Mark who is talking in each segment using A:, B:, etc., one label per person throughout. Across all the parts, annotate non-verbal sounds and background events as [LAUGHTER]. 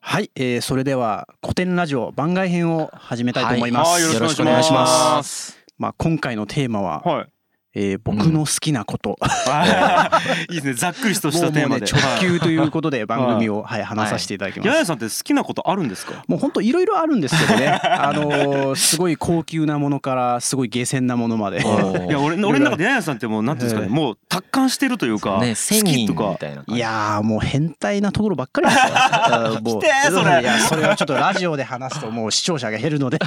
A: はい、えー、それでは古典ラジオ番外編を始めたいと思います。
B: はい
C: よろしくお
A: よ
C: 願いし
A: ま。
C: ますす。
A: まあ今回のテーマは、
B: は
A: えー僕の好きなこと、
B: い。いい [LAUGHS] ですね。ざっくりとし
A: も
B: た
A: う
B: テ
A: も
B: ー
A: うね
B: マで。
A: 直球ということで番組
B: は
A: をはい話させていただきます。
B: ややさんって好きなことあるんですか。
A: もう本当いろいろあるんですけどねあのーすごい高級なものからすごい下賤なものまで
C: お
B: いや
C: ー
B: 俺の俺の中でややさんってもうなんていうんですかね、
A: ええ
B: もう達観してるというか、
C: ね、
B: 好
C: 千
B: き
C: 人
B: と
C: み
B: か。
C: たいな。
A: いやーもう変態なところばっかりですよあーもう
B: 来てーそれ
A: いやそれはちょっとラジオで話すともう視聴者が減るので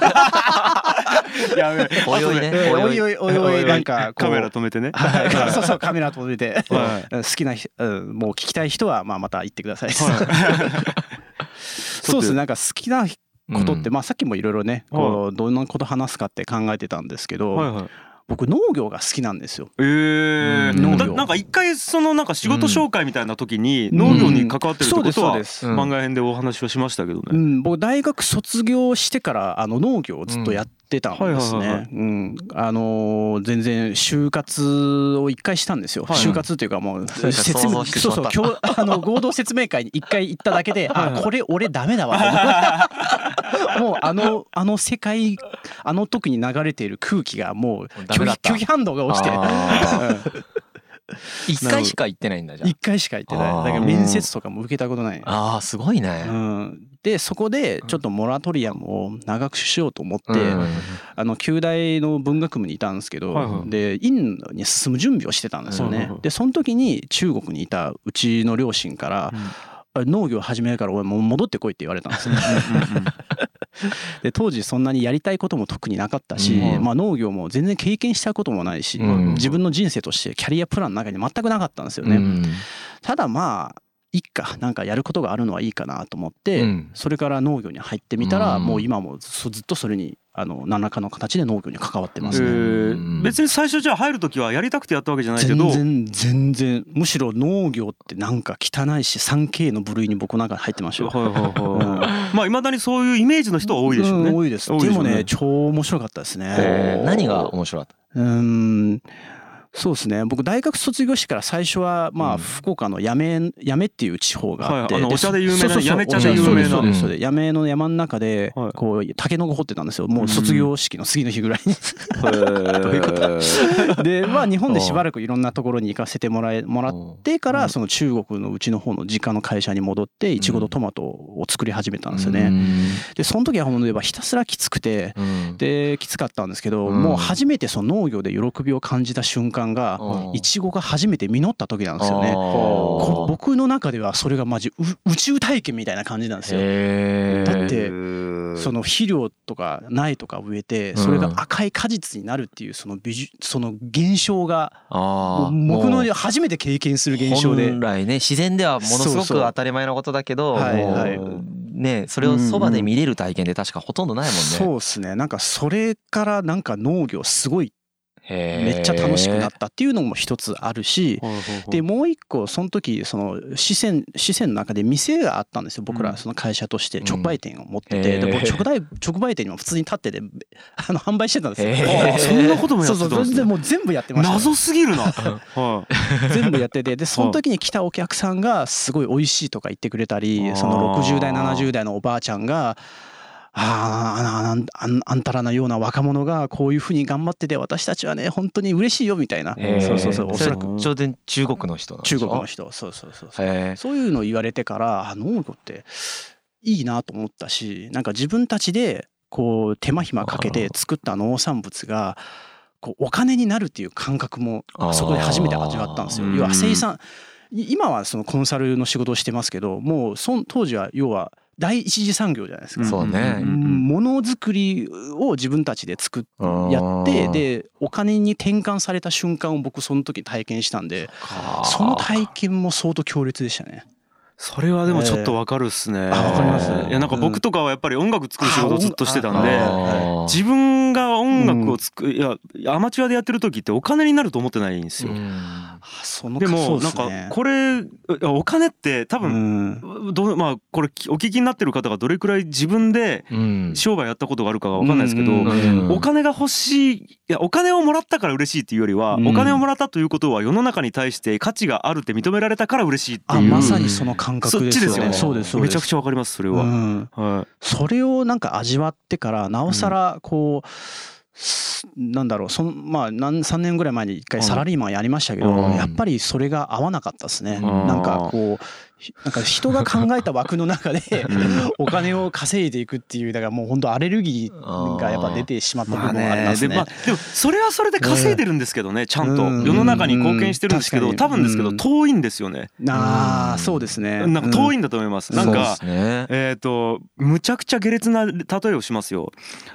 B: やべえ
C: おいおいね
B: 後で
A: えーおいおいおいおいなんかこ
B: カ
A: う
B: メラ止めてね。
A: はい [LAUGHS] そうそうカメラ止めて、
B: は
A: うん好きな人、うんもう聞きたい人はまあまた言ってください、 [LAUGHS]
B: [LAUGHS]
A: そうですねなんか好きなことって、まあさっきもいろいろねこうどんなこと話すかって考えてたんですけど、
B: はいはい。
A: 僕農業が好きなんですよ。
B: ええ
C: うん
A: 農業
B: ななんか一回そのなんか仕事紹介みたいな時に農業に関わってるってこと
A: そう
B: は
A: ですそううです
C: ん
B: 番外編でお話はしましたけど
A: う
B: ね。
A: ん、僕大学卒業してからあの農業をずっとやってたんです
B: うんはいはいはいは
A: ね。うんあのー全然就活を一回したんですよ。
B: はいはい
A: 就活というかもう
C: そうか
A: 説
C: 想
A: 明
C: 像してし
A: そう
C: まっ
A: そう
C: た
A: 今日 [LAUGHS] あの合同説明会に一回行っただけで、
B: はい
A: あこれ俺ダメだわと思って。もうあのあの世界あの時に流れている空気がもう
C: ダ
A: 拒
C: メだっ
A: 否
C: た
A: 拒否反応が落ちて。
C: あ
A: うん
C: ー一回しか行ってないんだじゃん
A: 一回しか行ってない。だから面接とかも受けたことない。
C: ああーすごいね
A: う。ん、でそこでちょっとモラトリアムを長くしようと思って、
C: うん
A: あの旧大の文学部にいたんですけど、
B: はいはい
A: でインドに進む準備をしてたんですよね、
B: はいはいはい
A: でその時に中国にいたうちの両親から
B: うん
A: 「あ農業始めるから俺もう戻ってこい」って言われたんですよ
B: [LAUGHS]
A: で当時そんなにやりたいことも特になかったし、
C: うん
A: まあ、農業も全然経験したこともないし、
C: うん
A: 自分の人生としてキャリアプランの中に全くなかったんですよ
C: う
A: ね、
C: ん
A: ただまあいっかなんかやることがあるのはいいかなと思って、
C: うん
A: それから農業に入ってみたら、
C: うん
A: もう今もそずっとそれにあの何らかの形で農業に関わってま
B: え
A: すね。
B: ー別に最初じゃあ入る時はやりたくてやったわけじゃないけど
A: 全然全然むしろ農業ってなんか汚いし 3K の部類に僕の中に入ってましたよ。
B: はいはいはい。まあ、いまだにそういうイメージの人 [LAUGHS] は多いでしょうね。
A: うん多いです
B: 多いで
A: で
B: しょ
A: も
B: うね
A: ね超面白かったですね
C: えー。何が面白かっ
A: うーんそうですね僕大学卒業してから最初はま
C: う
A: あ
C: ん
A: 福岡の八女八女っていう地方があって、
B: はいあのお茶で有名な
A: そうそうそう
B: 八女茶で
C: 有
A: そ
C: 名な
A: うですそうですそうです八女の山の中で
B: はい
A: こう竹の子掘ってたんですよもう卒業式の次の日ぐらいに
C: た？ [LAUGHS] どういうこと？ [LAUGHS]
A: でまあ日本でしばらくいろんなところに行かせてもらえもらってか
C: う
A: ら
C: ん
A: その中国のうちの方の実家の会社に戻っていちごとトマトを作り始めたんですよ
C: う
A: ね
C: ん
A: でその時は本当にひたすらきつくて
C: うん
A: できつかったんですけど、
C: うん
A: もう初めてその農業で喜びを感じた瞬間が
C: うん
A: いちごが初めて実った時なんですよ
C: あ
A: ね
C: ー
A: こ僕の中ではそれがマジう宇宙体験みたいな感じなんですよ
C: へー
A: だってその肥料とか苗とか植えてそれが赤い果実になるっていうその美術その現象がも
C: あ
A: う
C: ー
A: 僕の
C: もう
A: 初めて経験する現象で
C: 本来ね自然ではものす
A: そ
C: ご
A: う
C: く
A: そう
C: 当たり前のことだけど
A: はいはい
C: もうねそれをそばで見れる体験で確かほとんどないもんね。
A: そうですねなんかそれからなんか農業すごい
C: め
A: めっちゃ楽しくなったっていうのも一つあるし
B: はいはいはい
A: でもう一個その時その四川四川の中で店があったんですよ僕
B: うん
A: らその会社として
C: うん
A: 直売店を持って
C: へ
A: て
C: ー
A: で僕直売直売店にも普通に立っててあの販売してたんですよ
C: へ
B: あ
C: ー
B: そんなこともや
A: [LAUGHS] そ
B: っ
A: うそ
B: て
A: う
B: たん
A: 全
B: です
A: 然
B: ね。
A: もう全部やってました
B: 謎すぎるな。はい。
A: 全部やって [LAUGHS] てでその時に来たお客さんがすごい美味しいとか言ってくれた
C: あ
A: り
C: ー
A: その60代70代のおばあちゃんが「あーああんあんたらのような若者がこういうふうに頑張ってて私たちはね本当に嬉しいよ」みたいな
C: へー
A: そうそうそうおそらく
B: く
C: ちょうど中国の人なんでしょ
A: 中国の人そうそうそうそう
C: へー
A: そういうのを言われてからあ農業っていいなと思ったしなんか自分たちでこう手間暇かけて作った農産物がこうお金になるっていう感覚も
C: あー
A: そこで初めて味わったんですよ。
B: うん
A: 要は生産い今はそのコンサルの仕事をしてますけどもうそん当時は要は第一次産業じゃないですか。
C: そうね
B: んん
A: ものづくりを自分たちで作っ
C: あー
A: やってでお金に転換された瞬間を僕その時体験したんで
C: か
A: その体験も相当強烈でしたね。
B: それはでもちょっとわかるっすね。
A: あ
C: わかります
B: いやなんか僕とかはやっぱり音楽作る仕事をずっとしてたん
A: あ
B: で
A: 音。
C: あー
B: 自分が音楽を作いやアマチュアでやってる時ってお金になると思ってないんですよ。
C: うん
A: その
B: で
A: そう
B: も
A: で
B: なん
A: す
B: か
A: ね
B: これいやお金って多
A: う
B: 分、
A: ん
B: どうまあこれきお聞きになってる方がどれくらい自分で
C: うん
B: 商売やったことがあるかがわかんないですけど、
A: うん
C: うん
B: お金が欲しいいやお金をもらったから嬉しいっていうよりは、
A: うん
B: お金をもらったということは世の中に対して価値があるって認められたから嬉しいって
A: あ
B: いう
A: まさにその感覚
B: そっ
A: で
B: ち
A: す
B: で
A: よ
B: すよ
A: ね
B: ね
A: そうですそうで
B: め
A: す
B: ちゃくちゃわかりますそれ
A: う
B: は、
A: ん、
B: はい
A: それをなんか味わってからなおさらこう、すなんだろうそのまあ何3年ぐらい前に一回サラリーマンやりましたけど、
B: うん
A: やっぱりそれが合わなかったですね、
C: うん
A: なんかこうひなんか人が考えた枠の中でお金を稼いでいくっていうだからもう本当アレルギーがやっぱ出てしまった部分があります
B: で
A: ね。
B: まあでもそれはそれで稼いでるんですけどねちゃんと
A: うん
B: 世の中に貢献してるんですけ
A: う
B: ど
A: ん
B: 多分ですけ
A: う
B: ど
A: ん
B: 遠いんですよね
A: あ
C: う
A: あ
C: ん
A: そうですね。
B: なんか遠い
A: うん
B: だと思います
A: うん
B: なん
C: そうで
B: か
C: すね
B: えっとむちゃくちゃ下劣な例えをしますよ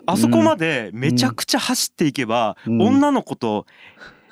B: あそこまでめちゃくちゃ走っていけば
A: うん
B: 女の子と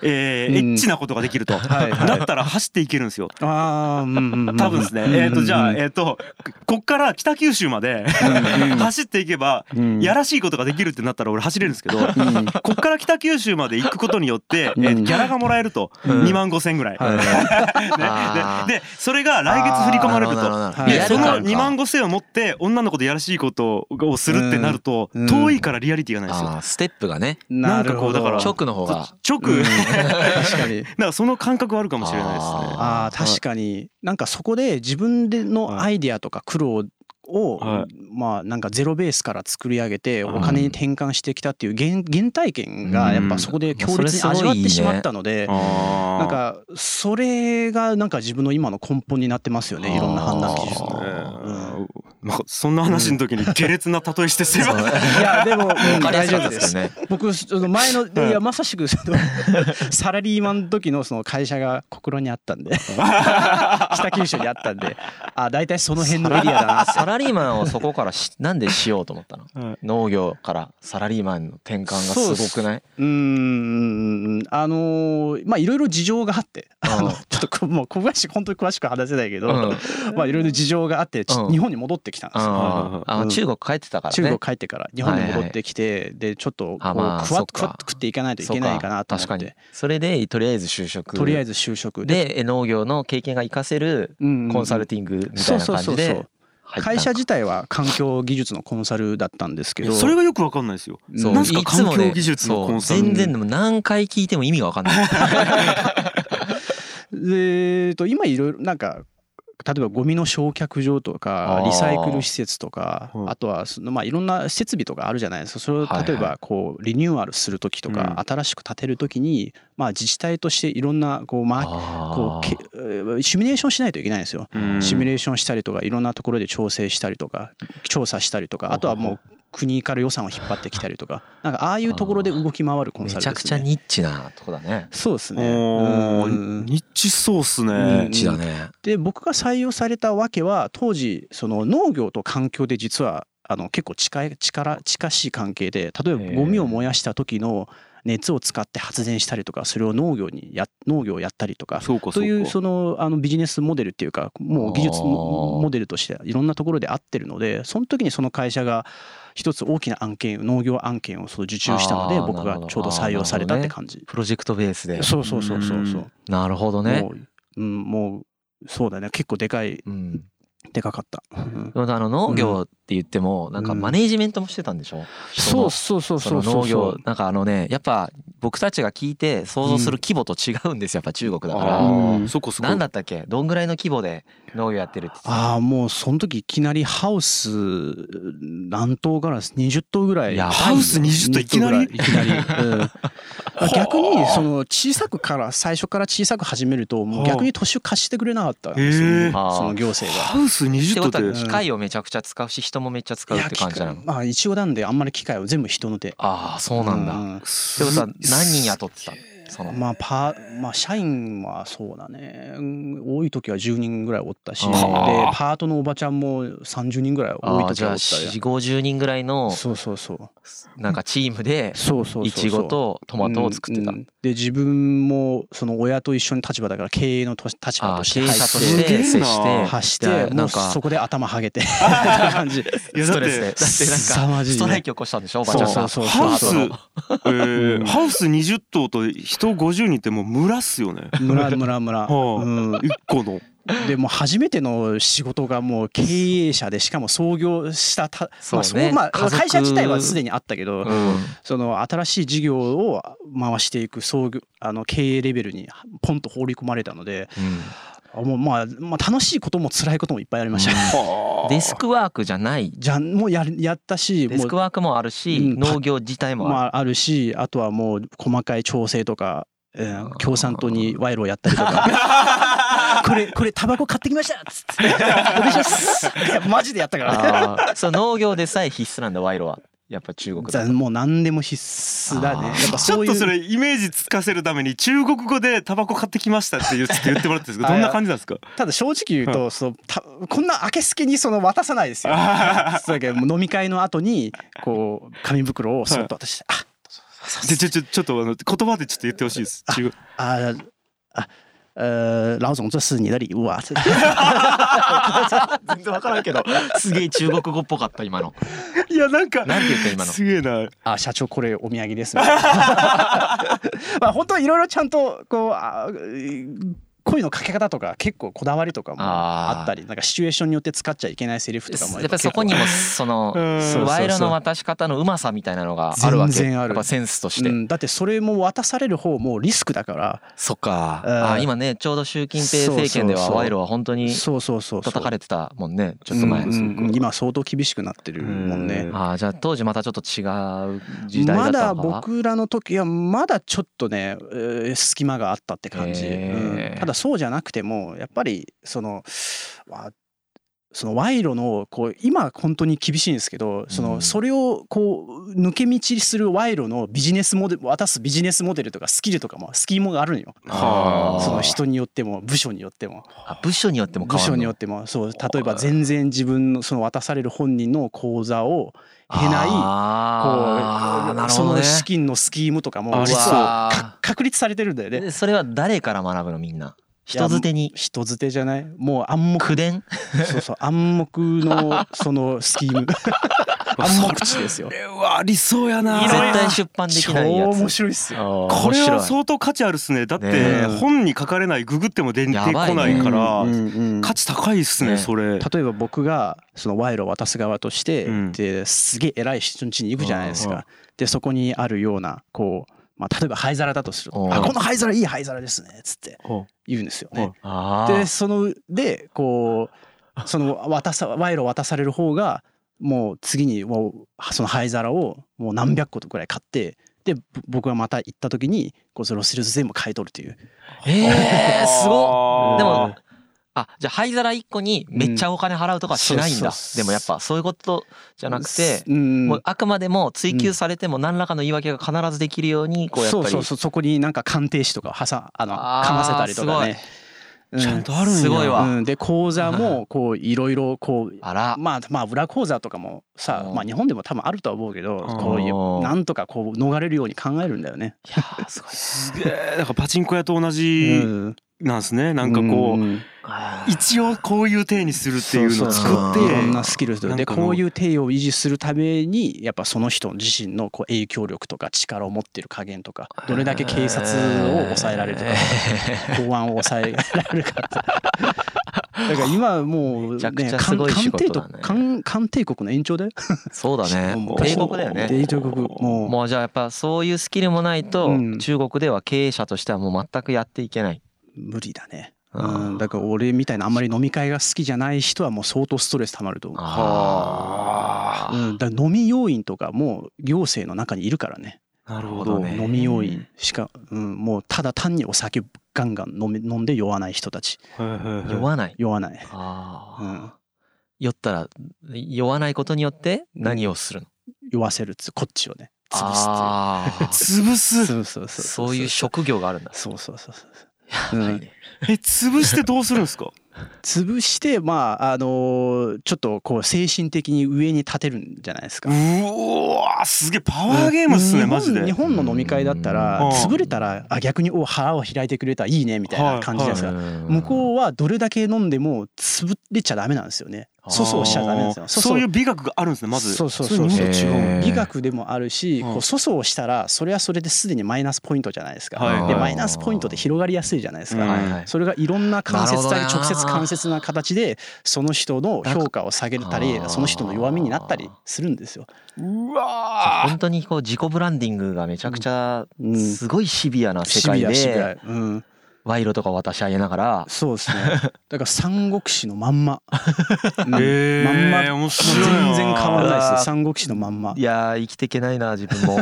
B: えーエ
A: うん
B: ッチなことができる
A: [LAUGHS]
B: と
A: はいはい
B: だったら走っていけるんですよ
A: んああうんうんうん
B: 多分ですね
A: うん
B: えっとじゃあえっとこっから北九州まで走っていけば
A: うん
B: やらしいことができるってなったら俺走れるんですけど
A: うん
B: こっから北九州まで行くことによって、
A: うん
B: えーギャラがもらえると、
A: [LAUGHS] うん
B: 2万5千ぐらい。 [LAUGHS]
A: はい
C: あー
B: ねででそれが来月振り込まれる
C: なほど
B: と。
C: なほど
A: はい
B: で
C: リアル
B: その
C: 感か
B: 2万5千を持って女の子とやらしいことをするってなると
A: うん
B: 遠いからリアリティがないですよ。
C: あーステップがね
A: なるほど
B: なんかこうだから
C: 直の
A: [LAUGHS]
C: 方が
B: 直、 [LAUGHS]
A: うん
B: だか
A: 確かに。
B: らその感覚はあるかもしれないですね。
A: ああ
C: あー
A: 確かになんかそこで自分でのアイディアとか苦労を、
B: は
A: まあなんかゼロベースから作り上げて
B: うん
A: お金に転換してきたっていう原原体験がやっぱそこで強烈に
C: うん
A: 味わってしまったの
B: あ
A: で。
B: ー
A: なんかそれがなんか自分の今の根本になってますよねいろんな判断基準
B: ね
A: の。
B: えまあそんな話の時に下劣な例えして [LAUGHS] すいません。
A: いやでも、うん
C: わかりや
A: 大
C: す
A: 丈
C: かった
A: 夫
C: で
A: ですす。
C: ね
A: 僕その前のいやまさしくその [LAUGHS] サラリーマンの時のその会社が小倉にあった
C: [LAUGHS]
A: んで北九州にあったんであ大体その辺のエリアだなって
C: サラリーマンをそこからしなんでしようと思ったの農業からサラリーマンの転換がすごくない、
A: うーんあのーまあいろいろ事情があって
C: うん
A: あのちょっとこもう詳しく本当に詳しくは話せないけど、
C: うん、
A: まあいろいろ事情があってち
C: うん
A: 日本に戻ってきたんですよ。
C: あーあ
A: うん
C: 中国帰ってたから
A: 中
C: ね
A: 国帰ってから日本に戻ってきて、でちょっとこう
C: あ
A: ク
C: ま
A: ワッ
C: あそっか
A: クワッと食っていかないといけないかなと思
C: そう
A: っ
C: 確
A: て
C: かにそれでとりあえず就職
A: とりあえ
C: ず
A: ず就職で
C: で農業の経験が活かせる
A: うんうんうん
C: コンサルティングみたいな感じで入った
A: 会社自体は環境技術のコンサルだったんですけど
B: それがよくわかんないですよ。
A: そう
B: なんすか
C: いつもね
B: 環境技術のコンサル
C: そう全然でも何回聞いても意味が分かんない
A: [LAUGHS] でえっと今いろいろなんか例えばゴミの焼却場とか
C: あー
A: リサイクル施設とか
B: うん
A: あとはそのまあいろんな設備とかあるじゃないですかそれを
C: はいはい
A: 例えばこうリニューアルする時とか新しく建てる時にまあ自治体としていろんなこうまあこ
C: あ
A: うけえーシミュレーションしないといけないんですよ。
B: うん
A: シミュレーションしたりとかいろんなところで調整したりとか調査したりとかあとはもう国から予算を引っ張ってきたりとかなんかああいうところで動き回るコン
C: め
A: サルです、ね、
C: ちゃくちゃニッチなとこだね
A: そうですね
B: お
A: う
B: ー
A: ん
B: ニッチそうっすね
C: ニッ。チだね
A: で僕が採用されたわけは当時その農業と環境で実はあの結構近い力近しい関係で例えば
C: へえ
A: ゴミを燃やした時の熱を使って発電したりとかそれを農業にや農業をやったりとか
B: そうかそうか。
A: というそのあのビジネスモデルっていうかもう技術
C: あ
A: モ
C: ー
A: モデルとしていろんなところで合ってるのでその時にその会社が一つ大きな案件農業案件をその受注したので
C: あー
A: 僕
C: なる
A: が
C: ほど
A: ちょうど採用されたって感じ。
C: プロジェクトベースで
A: そうそうそうそうそう。
C: なるほどね
A: もう、うん、もうそうだね結構でかい
C: うん
A: でかかった。うん
C: でもあの農業って言ってもなんかマネージメントもしてたんでしょ、人
A: そ
C: の
A: うそうそう
C: そ
A: そ
C: の
A: うそう
C: 農業なんかあのねやっぱ僕たちが聞いて想像する規模と違うんですよやっぱ中国だか
B: あ
C: ら
B: ー
A: うん
B: そこそこ。
C: 何だったっけどんぐらいの規模で農業やってるって言ってた
A: ああもうその時いきなりハウス何棟から20棟ぐらい
C: やばいよ
B: ハウス20といきなり
A: いきなり、
C: [LAUGHS]
A: うん逆にその小さくから最初から小さく始めるともう逆に年を貸してくれなかったんですよ
B: へえ
A: ねその行政が。
B: ハウス
C: って
B: 20
C: こととは
B: って
C: 機械をめちゃくちゃ使うし人もめっちゃ使うって感じなの
A: まあ一応なんであんまり機械を全部人の手。
C: ああそうなんだ、って
A: だ。
C: ことは何人雇ってたその
A: まあパーまあ社員はそうだねうん多い時は10人ぐらいおったし
C: あ
A: で
B: ー
A: パートのおばちゃんも30人ぐらい多い
C: ああ
A: 時
C: じ
A: はお
C: ゃあ
A: った
C: 4
A: り
C: 五5 0人ぐらいの
A: そうそうそう
C: なんかチームで
A: そうそうそうそう
C: いちごとトマトを作ってた
A: うんうんで自分もその親と一緒に立場だから経営のと立場
C: ああ
A: とし
C: 経
A: て
C: 営
A: 入
C: 者とし
A: って
C: て接
B: す
C: し
B: げえ
C: て
B: な
A: 発し
C: いや
A: ても
C: な
A: うん
C: か
A: そこで頭ハゲ
C: [LAUGHS]
A: てみたいな感じ
B: いや
C: ス
B: だ
C: ト
B: っ
C: レスでだっててなん
A: 凄
C: か
A: まじい
C: ストライキ起こしたんでしょおばちゃんが
A: そうそう
B: ハウス
A: そう
B: え
A: う
B: ー
A: ん
B: ハウス20棟と人50人ってもう村っすよね [LAUGHS]
A: 村村村、
B: は
A: う
B: あ
A: ん、
B: 一個の
A: でもう初めての仕事がもう経営者でしかも創業したた、まあ
C: そうね
A: まあ、
C: 家族
A: 会社自体はすでにあったけど、
C: うん
A: その新しい事業を回していく創業あの経営レベルにポンと放り込まれたのであもう、まあ、まあ楽しいことも辛いこともいっぱいありました、
C: デスクワークじゃない
A: じゃんもうややったし
C: デ
A: も
C: ス
A: う
C: クワークもあるし、
A: うん
C: 農業自体もあ
A: まあ、あるしあとはもう細かい調整とか、えー共産党に賄賂をやったりとか
C: [LAUGHS]
A: これこれタバコ買ってきましたっつってお願いしますいやマジでやったか
C: る、
A: ら
C: あーそう農業でさえ必須なんだ賄賂はやっぱ中国だ
A: ざ
C: と
A: もう何でも必須だね
C: あ
A: や
C: ー
A: っぱ
B: ち
A: そ
B: ょっ
A: うい
B: と
A: う
B: それイメージつかせるために中国語でタバコ買ってきましたって言うちょっと言ってもらっていいですかどんな感じなんですか
A: ただ正直言うと、そのたこんな明けすけにその渡さないです
C: [LAUGHS]
A: よそうだけどもう飲み会の後にこう紙袋をそっと渡して、あ
B: でちょちょちょっとあの言葉でちょっと言ってほしいです中国
A: 啊啊呃，老总，这是你的礼物
C: [LAUGHS]
A: 啊！
C: [LAUGHS] 全然分からんけどすげえ中国語っぽかった今の
B: いやなんか
C: なんて言った今の
B: すげえな
A: あ社長これお土産ですね。 [LAUGHS] まあ本当はいろいろちゃんとこうあ声のかけ方とか結構こだわりとかも
C: あー
A: あったりなんかシチュエーションによって使っちゃいけないセリフとかも
C: やっぱりそこにもその
B: うん
A: そう
C: 賄賂の渡し方のうまさみたいなのがあるわけ
A: 全然ある
C: やっぱセンスとし
A: う
C: て、
A: ん、だってそれも渡される方もリスクだから
C: そっか、
A: うん
C: あー今ねちょうど習近平政権では
A: そうそうそう
C: 賄賂は本当に
A: そうそうそうそう
C: 叩かれてたもんねちょっと前、
A: うんうんうん今相当厳しくなってるもんね
B: うん
C: ああじゃあ当時またちょっと違う時代だ
A: ま
C: った
A: だ
C: のかな
A: 僕らの時はまだちょっとね、えー隙間があったって感じ、
C: へー
A: うんただそうじゃなくてもやっぱりそのわその賄賂のこう今は本当に厳しいんですけどその、
C: うん
A: それをこう抜け道する賄賂のビジネスモデル渡すビジネスモデルとかスキルとかもスキーモがあるのよ
C: はあ
A: その人によっても部署によっても。
C: あ部署によっても変
A: 部
C: わる
A: 署によってもそう例えば全然自分のその渡される本人の口座を経ない
C: あーな
A: こう
C: る
A: そ
C: ほど
A: の
C: ね
A: 資金のスキームとか
B: あ
A: も
B: りそう
A: 実は
C: わー
A: か確立されてるんだよね
C: でそれは誰から学ぶのみんな人づてに
A: 人づてじゃないもう暗
C: [LAUGHS]
A: 黙
C: 口伝
A: そうそう暗黙のそのスキーム暗黙知ですよ
B: えわありそうやな
C: 絶対出版でき
A: 超
C: ないやつ
A: 面白いっすよ
C: あー
B: これ
C: 面
B: は
C: 白い
B: 相当価値あるっすねだっ
C: ね
B: て
A: え
B: 本に書かれないググっても出てこ
C: やばいね
B: ないから
A: うんうんうん
B: 価値高いっす
C: ね
B: ねそれ
A: 例えば僕がその賄賂を渡す側として、
B: うん
A: ですげえ偉い人の家に行くじゃないです
B: うん
A: か。でそこにあるようなこう、まあ、例えば灰皿だとする
C: う
A: と「
C: ん
A: あこの灰皿いい灰皿ですね」っつって
B: ほ
A: 言うんですよね。
C: あー
A: でそのでこうその渡さ賄賂を渡される方がもう次にもうその灰皿をもう何百個とくらい買ってでぼ僕がまた行った時にこうそれをスルス全部買い取るという
C: えー、すごっ
B: あー
C: でもあじゃあ灰皿1個にめっちゃお金払うとかはしないんだ、
A: うんそうそう
C: でもやっぱそういうことじゃなくて、
A: うん
C: もうあくまでも追求されても何らかの言い訳が必ずできるようにこうやっ
A: そ
C: ぱり
A: うそうそうそこになんか鑑定士とかはさあの
C: あー
A: かませたりとかね。うん
B: ちゃんとあるんや
C: すごいわ
A: うん、で講座もこういろいろこう
C: あら
A: まあまあ裏講座とかもさ
C: うん
A: まあ日本でも多分あるとは思うけど
B: ん
A: こういうなんとかこう逃れるように考えるんだよね。
C: いやーすごい
B: すげえなんかパチンコ屋と同
A: う
B: じ
A: ん
B: なんですねなんかこう
A: うん
C: あー
B: 一応こういう体にするっていうのを
A: そそ
B: 作っ
A: そ
B: て
A: いろんなスキル
B: な
A: で
B: ん
A: で
B: かの
A: こういう体を維持するためにやっぱその人自身のこう影響力とか力を持ってる加減とかどれだけ警察を抑えられるとか公安を抑えられるかって。
C: [LAUGHS]
A: だから今もう
C: めちゃく
A: ね
C: ちゃすごい仕
A: 鑑定
C: 事
A: と
C: だね
A: 鑑鑑定国の延長だよ。
C: そうだね
A: もう
C: 帝国だよね
A: 帝国もう
C: もうじゃあやっぱそういうスキルもないと
A: うん
C: 中国では経営者としてはもう全くやっていけない
A: 無理だね。
C: あー
A: うん、だから俺みたいなあんまり飲み会が好きじゃない人はもう相当ストレス溜まると思う。
C: あ
A: うん、だから飲み要員とかもう行政の中にいるからね
B: なるほ
C: そう
B: ど
C: ね
A: 飲み要員しか、うん、もうただ単にお酒ガンガン飲め飲んで酔わない人たち
C: ー
B: 弱
C: 酔わない
A: 酔わない、う
C: あー
A: ん、
C: 酔ったら酔わないことによって何をするの
A: 酔わせるっつこっちをね [LAUGHS] 潰すっ
C: あー
B: 潰
A: ていう
B: す
A: そうそうそう
C: そういう職業があるんだ
A: そうそうそうそう
C: [LAUGHS] や
A: うん
C: ばいね
B: え潰してどうするんで
A: [LAUGHS]
B: すか
A: 潰してまああのーちょっとこう精神的に上に立てるんじゃないです
B: う
A: か
B: わーすげえパワーゲームっすね
A: うん
B: マジで
A: 日本日本の飲み会だった
B: うん
A: ら潰れたらあ逆にお腹を開いてくれたいいねみたいな感じじゃないですか
C: う
A: 向
C: ん
A: こうはどれだけ飲んでも潰れちゃダメなんですよね。粗相しちゃダメなんですよ
B: あー
A: 粗相
B: そういう美学があるんですねまず
A: そうそう
B: れ
A: そう
B: 日本と
C: へ
B: 違
C: ー
B: う
A: 美学でもあるし、
B: うん
A: こう粗相をしたらそれはそれですでにマイナスポイントじゃないですか、
B: はい
A: でマイナスポイントで広がりやすいじゃないですか、
B: うん
C: はいはい
A: それがいろんな間接
C: な
A: 的
C: るほどな
A: 直接間接な形でその人の評価を下げたり
C: なんか
A: その人の弱みになったりするんですよ。
B: うわー
C: 本当にこう自己ブランディングがめちゃくちゃ
A: うん
C: すごいシビアな世
A: シビ
C: 界
A: アシビ
C: で
A: ア、うん、
C: 賄賂とか渡し上げながら
A: そうです
C: [LAUGHS]
A: ねだから三国志のまんま、うん
B: え
A: まんま
B: ー、面白いな
A: 全然変わらないで
C: う
A: す
C: わ
A: 三国志のまんま
C: いやー生きていけないな自分も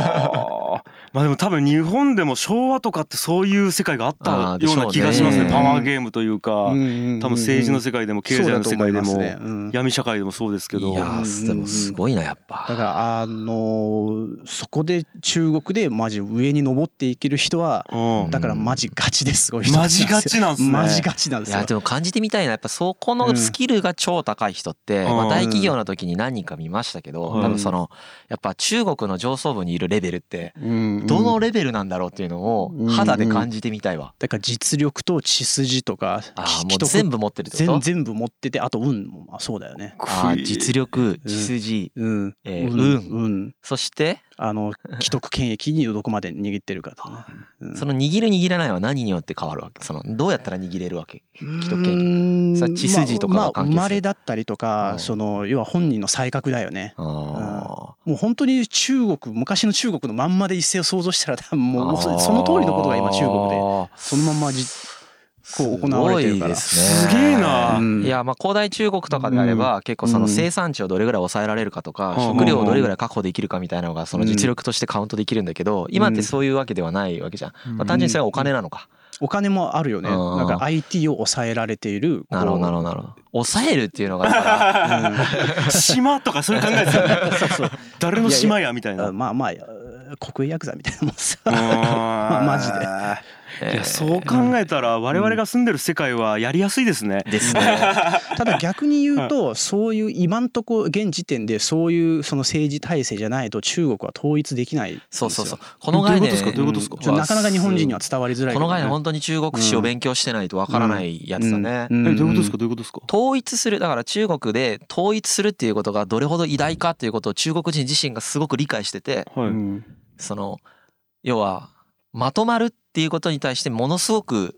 B: あーまあでも多分日本でも昭和とかってそういう世界があっ
C: あー
B: た
C: でしょう
B: よう
C: ね
B: な気がしますね
A: うん
B: パワーゲームというか、
A: 分
B: 多分政治の世界でも経済の世界でも、
A: うん
B: 闇社会でもそうですけど
C: いやーでもすごいなやっぱ
A: だからあのーそこで中国でマジ上に登っていける人は
B: うん
A: だからマジガチですごい人たち
B: マジガチなんすね
A: マジガチなんで
C: い
A: すよ
C: やでも感じてみたいなやっぱそこ
A: う
C: の
A: ん
C: スキルが超高い人って、
B: うん
C: まあ、大企業の時に何人か見ましたけど、
B: うん
C: 多分そのやっぱ中国の上層部にいるレベルって
A: うん
C: どのレベルなんだろうっていうのを肌で感じてみたいわ、
A: だから実力と血筋とか
C: ああ
A: き
C: も
A: っ
C: う
A: と
C: 全部持ってるってこ
A: 全
C: と
A: 全部持っててあと運もまあそうだよね
C: あー実力
A: うん
C: 血筋、
A: うん
C: えー
A: うん
C: 運
A: うん
C: そして
A: あの [LAUGHS] 既得権益にどこまで握ってるかとねうん
C: その握る握らないは何によって変わるわけそのどうやったら握れるわけ既得権益
A: 益
C: さ血筋とか
A: まあ
C: は関係する
A: まあ生まれだったりとか、
C: うん
A: その要は本人の才覚だよね
C: あ
A: もう本当に中国昔の中国のまんまで一世を想像したら [LAUGHS] 多分
C: ー
A: もうそその通りのことが今中国で
C: あー
A: そのまんまじこう行われてるから
C: すごいですね
B: すげえな
A: うん
C: いやまあ広大中国とかであれば結構その生産地をどれぐらい抑えられるかとか食料をどれぐらい確保できるかみたいなのがその実力としてカウントできるんだけど今ってそういうわけではないわけじゃん。まあ単純にそれはお金なのか。
A: お金もあるよね
C: うん
A: なんか IT を抑えられているこう
C: なるほど [LAUGHS] なるほどなるほど。抑えるっていうのがだから
B: [LAUGHS]
C: [LAUGHS]
B: 島とかそういう考えですよね誰の島やみたい
A: うんあ [LAUGHS]
B: な
A: まあまあ国営ヤクザみたいなもんさ [LAUGHS]
B: ま
A: あマジで
B: い
C: え
B: や
C: ー
B: そう考えたら我々が住んでる世界はやりやすいですね。
C: ですね。
A: ただ逆に言うとそういう今んとこ現時点でそういうその政治体制じゃないと中国は統一できないんです
C: [LAUGHS] そ
A: よ
C: うそうそう。この概念
B: どういうことですかどういうことですか
A: ちょっとなかなか日本人には伝わりづらい
C: この概念
A: 本
C: 本当に中国史を勉強してないとわからないやつだね。
B: えどういうことですかどういうことですか。
C: 統一するだから中国で統一するっていうことがどれほど偉大かっていうことを中国人自身がすごく理解してて
B: はい。
C: その要はまとまるっていうことに対してものすごく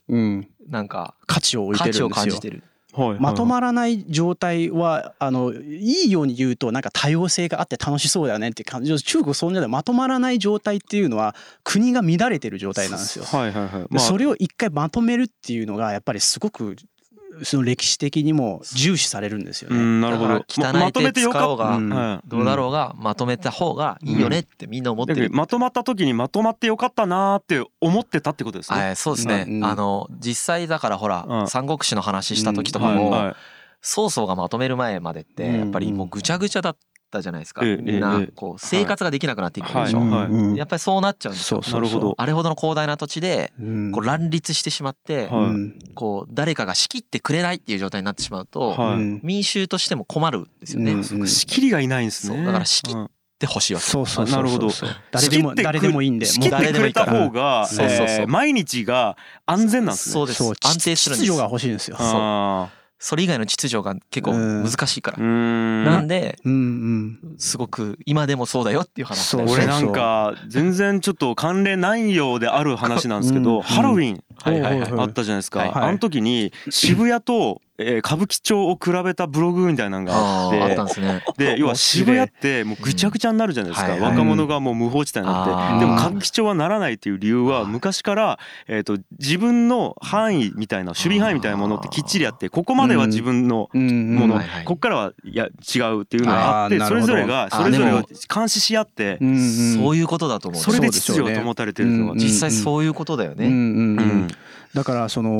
C: なんか
A: 価値を置いて
C: 価
A: るん
C: 値を
A: です
C: 感
A: よ
C: じ。てる
B: はい。
A: まとまらない状態はあのいいように言うとなんか多様性があって楽しそうだよねって感じ中国そんなでまとまらない状態っていうのは国が乱れてる状態なんですよ。
B: はいはいはい。
A: で
B: まあ
A: それを一回まとめるっていうのがやっぱりすごくその歴史的にも重視されるんですよ
B: う
A: ね。
B: んなるほど。
C: だから
B: ま
C: 汚
B: ま
C: い
B: とめて
C: 手
B: よ
C: 使
B: か
C: お
B: っ
C: うが
A: うん
B: た。
C: どうだろうがまとめた方がいいよねってみんな思って
B: だけ
C: る
B: ど。まとまった時にまとまってよかったなーって思ってたってことですね。
C: はい、そうですね、
A: うん
C: あの実際だからほら、
B: うん
C: 三国志の話した時とか
B: はい
C: も、
B: はい
C: 曹操がまとめる前までって
B: うん
C: やっぱりもうぐちゃぐちゃだったじゃないですか、
B: ええ
C: みんな
B: ええ
C: こう生活ができなくなっていくで
B: はい
C: しょ、
B: はい
A: うん
C: やっぱりそうなっちゃうんです
A: そ
C: よ
A: うそうそう
B: なるほど
C: あれほどの広大な土地で
A: うん
C: こう乱立してしまって、
B: はい
A: うん
C: こう誰かが仕切ってくれないっていう状態になってしまうと、
B: はい
A: うん
C: 民衆としても困るんですよね、
A: うん
C: っ
A: うん
B: 仕切りがいないんです
C: そ
B: ね。
C: うだから仕切っ
B: うん
C: てほしいわけ
A: そうそうそうそう
B: あなるほど
A: 誰でも
B: 仕切ってく
A: 誰でもいいんで
B: 仕切ってくれた方が
C: うん
B: え
C: そうそうそう
B: ー毎日が安全なんですね。
C: そうです
A: そう
C: 安定す
A: 秩
C: るんです
A: 序が欲しいんですよ。
C: そう
B: あ
C: それ以外の秩序が結構
A: うん
C: 難しいから
B: ーう、ーん
C: なんで
A: うんうん
C: すごく今でもそうだよっていう話だよ
A: そう
B: 俺なんか全然ちょっと関連ないようである話なんですけど、
A: うん
B: ハロウィン
C: はいはいはい
A: うん
B: あったじゃないですか、
C: はい
A: はい
B: あの時に渋谷と、えー歌舞伎町を比べたブログみたいなのがあ
C: あ
B: っ
C: ーあ
B: て
C: ったんですね
B: で要は渋谷ってもうぐちゃぐちゃになるじゃないですか、
C: うんはいはい
B: 若者がもう無法地帯になって、
C: あー
B: でも歌舞伎町はならないっていう理由は昔から、えー、と自分の範囲みたいな守備範囲みたいなものってきっちりあってここまでは自分の
A: うん
B: もの、
C: はいはい
B: ここからはいや違うっていうのがあって
A: あー
B: それぞれが
C: なる
B: そ
C: ほ
B: れ
C: ど
B: ぞれ
C: あ
B: を
C: ー
B: 監視し合って
A: うんうん
C: そういうことだと思うね
B: それで
A: そうです
B: 秩
A: よね
B: 序が保たれてるのが
A: うん
B: 実
C: 実際そういうことだよ
A: う
C: ね。
A: んうんう
B: うんん
A: だからその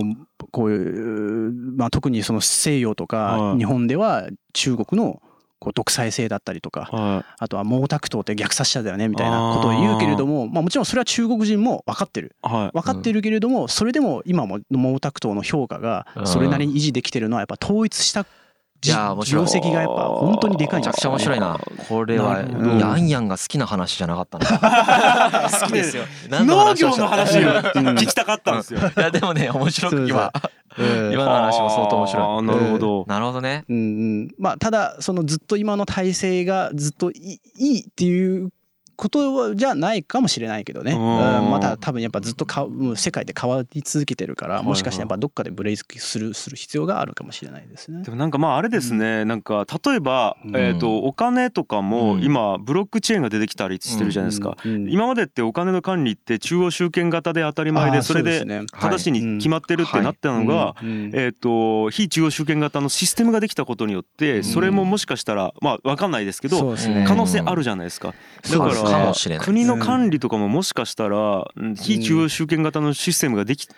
A: こういう、まあ、特にその西洋とか
B: はい
A: 日本では中国のこう独裁性だったりとか
B: は
A: あとは毛沢東って虐殺者だよねみたいなことを言うけれどもまあもちろんそれは中国人も分かってる
B: いは
A: 分かってるけれどもそれでも今も毛沢東の評価がそれなりに維持できてるのはやっぱ統一した
C: い
A: じ業
C: やー面白い
A: 績がやっぱ本当にでかいんで
C: めちゃく
A: す
C: ちゃ
A: よ
C: 面
A: ね
C: 白いな。これは
A: なる
B: ほど
C: ヤンヤンが好きな話じゃなかったな。好きですよ。
B: い農業の話を
C: よ
B: 聞きたかったんですよ。
C: いやでもね面白く今
A: うん
C: 今の話も相当面白
B: あー
C: い。
B: なるほど。
C: なるほどね。
A: うんうんまあただそのずっと今の体制がずっといいいいっていうことじゃないかもしれないけどね、
B: う
A: うんん、また多分やっぱずっとかもう世界で変わり続けてるから
B: い
A: もしかしてやっぱどっかでブレイクするする必要があるかもしれないですね
B: で。もなんかまああれですね、なんか例えば、
A: うん
B: えー、とお金とか
C: う
B: も
C: ん
B: 今ブロックチェーンが出てきたりしてるじゃないですか、
A: うん、うん
B: 今までってお金の管理って中央集権型で当たり前
A: あ
B: で
A: ー
B: それ
A: うす
B: で
A: ね
B: 正しい
A: はい
B: に決まってるってなってたのが、
A: うん
B: えー、と非中央集権型のシステムができたことによってそれももしかしたらまあ分かんないですけ
A: そう
B: ど
A: ですね
B: 可能性あるじゃないですかだ
A: そう
B: か
A: ですね
C: か
B: ら
C: もしれない。
B: 国の管理とかももしかしたらうん非中央集権型のシステムができ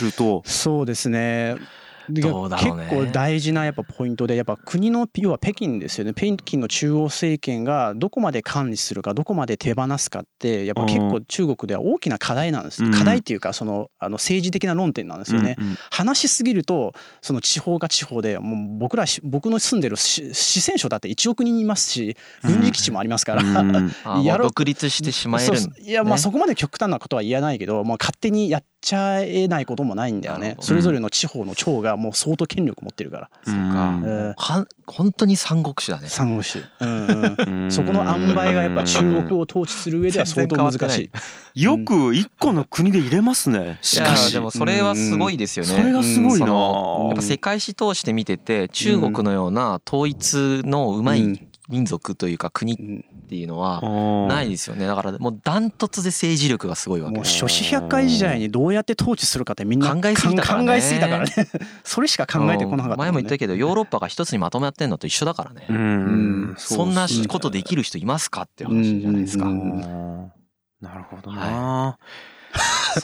B: ると
A: そうですね。で
C: どうだろうね
A: 結構大事なやっぱポイントでやっぱ国の要は北京ですよね北京の中央政権がどこまで管理するかどこまで手放すかってやっぱ結
B: う
A: 構中国では大きな課題なんです、
B: うん
A: 課題っていうかそのあの政治的な論点なんですよね。
B: うんうん
A: 話しすぎるとその地方が地方でもう僕らし僕の住んでるし四川省だって1億人いますし軍事基地もありますから、
B: うん
C: あー
A: やろ
C: もう独立してしまえ
A: そう
C: る
A: そ
C: ん
A: ういやまあ
C: ね
A: そこまで極端なことは言えないけど、まあ、勝手にやっちゃえないこともないんだよ
C: なる
A: ね
C: ほど
A: それぞれの地方の長がもう相当権力持ってるから、
C: そうか
B: うん
A: え
C: はん本当に三国志だね
A: ー、。三国
C: [LAUGHS]
A: 志、うんうん
B: うん
A: そこの塩梅がやっぱ中国を統治する上では相当難しい
B: よく一個の国で入れますね。
C: い
B: し
C: や
B: か
C: ー
B: し
C: で、もそれはすごいですよね。
B: それがすごいな
C: うんそ
B: ぁ
C: の。やっぱ世界史通して見てて中国のような統一のうま
A: う
C: い
A: ん
C: 民族というか国っ
A: うん
C: ていうのは
B: な
C: ないですよねだからもうダントツで政治力がすごいわけ
A: もう諸子百回時代にどうやって統治するかってみんな
C: 考えすぎたからね
A: 考えすぎたからね [LAUGHS] それしか考えてこなかったんね、
C: うん前も言ったけどヨーロッパが一つにまとまってんのと一緒だからね、
B: うん。
C: そんなことできる人いますかっていう話じゃないですか、
A: うん
B: うんなるほどな。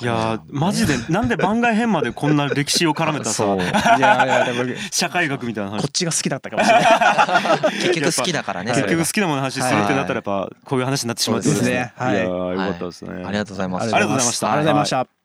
B: いやーマジでなんで番外編までこんな歴史を絡めた
C: そ
B: さ
C: う
A: いやいやでも
B: 社会学みたいな
A: こ
B: 話
A: っちが好きだったかもしれない
C: 結局好きだからね
B: 結
C: それ
B: 局
C: が
B: 好きなものの話するってなったらやっぱこういう話になってしまうってこと
A: そうですねはい
B: いやーよかったですね。
C: ありがとうございます
B: ありがとうございました
A: ありがとうございました